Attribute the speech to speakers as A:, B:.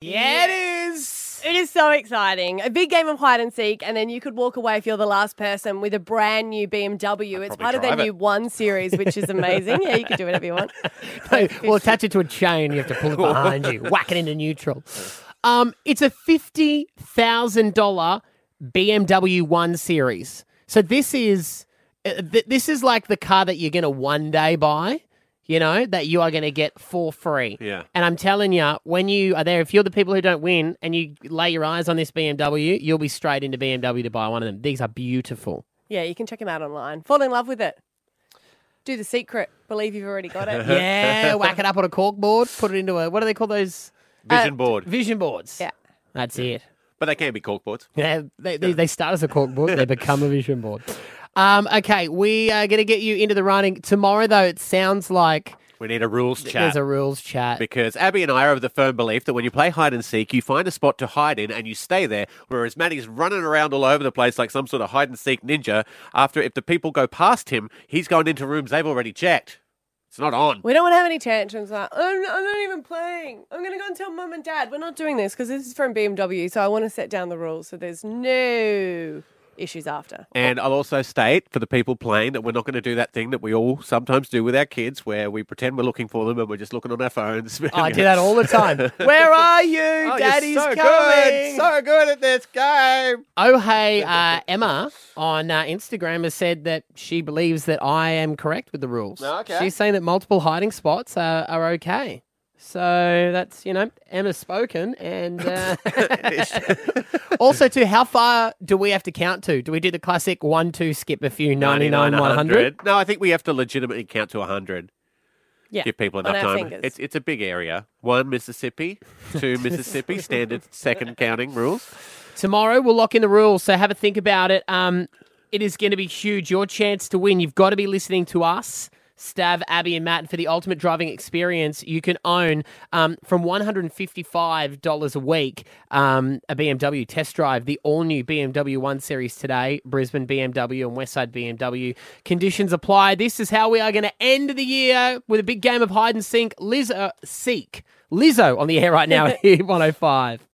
A: Yeah, it is.
B: It is so exciting. A big game of hide and seek, and then you could walk away if you're the last person with a brand new BMW. it's
A: probably
B: part of their
A: drive it.
B: new One series, which is amazing. yeah, you can do whatever you want.
C: we'll attach it to a chain. You have to pull it behind you, whack it into neutral. Um, it's a fifty thousand dollar BMW One Series. So this is uh, th- this is like the car that you're gonna one day buy. You know that you are gonna get for free.
D: Yeah.
C: And I'm telling you, when you are there, if you're the people who don't win and you lay your eyes on this BMW, you'll be straight into BMW to buy one of them. These are beautiful.
B: Yeah, you can check them out online. Fall in love with it. Do the secret. Believe you've already got it.
C: yeah, whack it up on a corkboard, put it into a what do they call those? Uh,
D: Vision board.
C: Vision boards.
B: Yeah.
C: That's it.
D: But they can be corkboards.
C: Yeah, they, they, they start as a corkboard, they become a vision board. Um, okay, we are going to get you into the running tomorrow. Though it sounds like
D: We need a rules
C: th-
D: chat.
C: there's a rules chat.
D: Because Abby and I are of the firm belief that when you play hide and seek, you find a spot to hide in and you stay there, whereas Matty's running around all over the place like some sort of hide and seek ninja. After, if the people go past him, he's going into rooms they've already checked. It's not on.
B: We don't want to have any tantrums like, I'm, I'm not even playing. I'm going to go and tell mum and dad. We're not doing this because this is from BMW. So I want to set down the rules so there's no issues after.
D: And I'll also state for the people playing that we're not going to do that thing that we all sometimes do with our kids where we pretend we're looking for them and we're just looking on our phones.
C: Oh, I do that all the time. Where are you? Daddy's
D: Oh, so
C: coming.
D: good. So good at this game.
C: Oh hey, uh, Emma on uh, Instagram has said that she believes that I am correct with the rules.
D: Okay.
C: She's saying that multiple hiding spots are, are okay. So that's you know Emma's spoken, and uh, also too, how far do we have to count to? Do we do the classic one, two, skip a few, ninety nine, one hundred?
D: No, I think we have to legitimately count to 100.
B: Yeah.
D: Give people
B: on
D: enough
B: our
D: time.
B: fingers.
D: It's it's a big area. One Mississippi, two Mississippi standard second counting rules.
C: Tomorrow we'll lock in the rules, so have a think about it. Um, it is going to be huge. Your chance to win. You've got to be listening to us, Stav, Abby, and Matt. And for the ultimate driving experience, you can own um, from one hundred and fifty-five dollars a week um, a BMW test drive, the all-new BMW One Series today, Brisbane BMW and Westside BMW. Conditions apply. This is how we are going to end the year with a big game of hide and seek. Lizzo, seek Lizzo on the air right now at one hundred and five.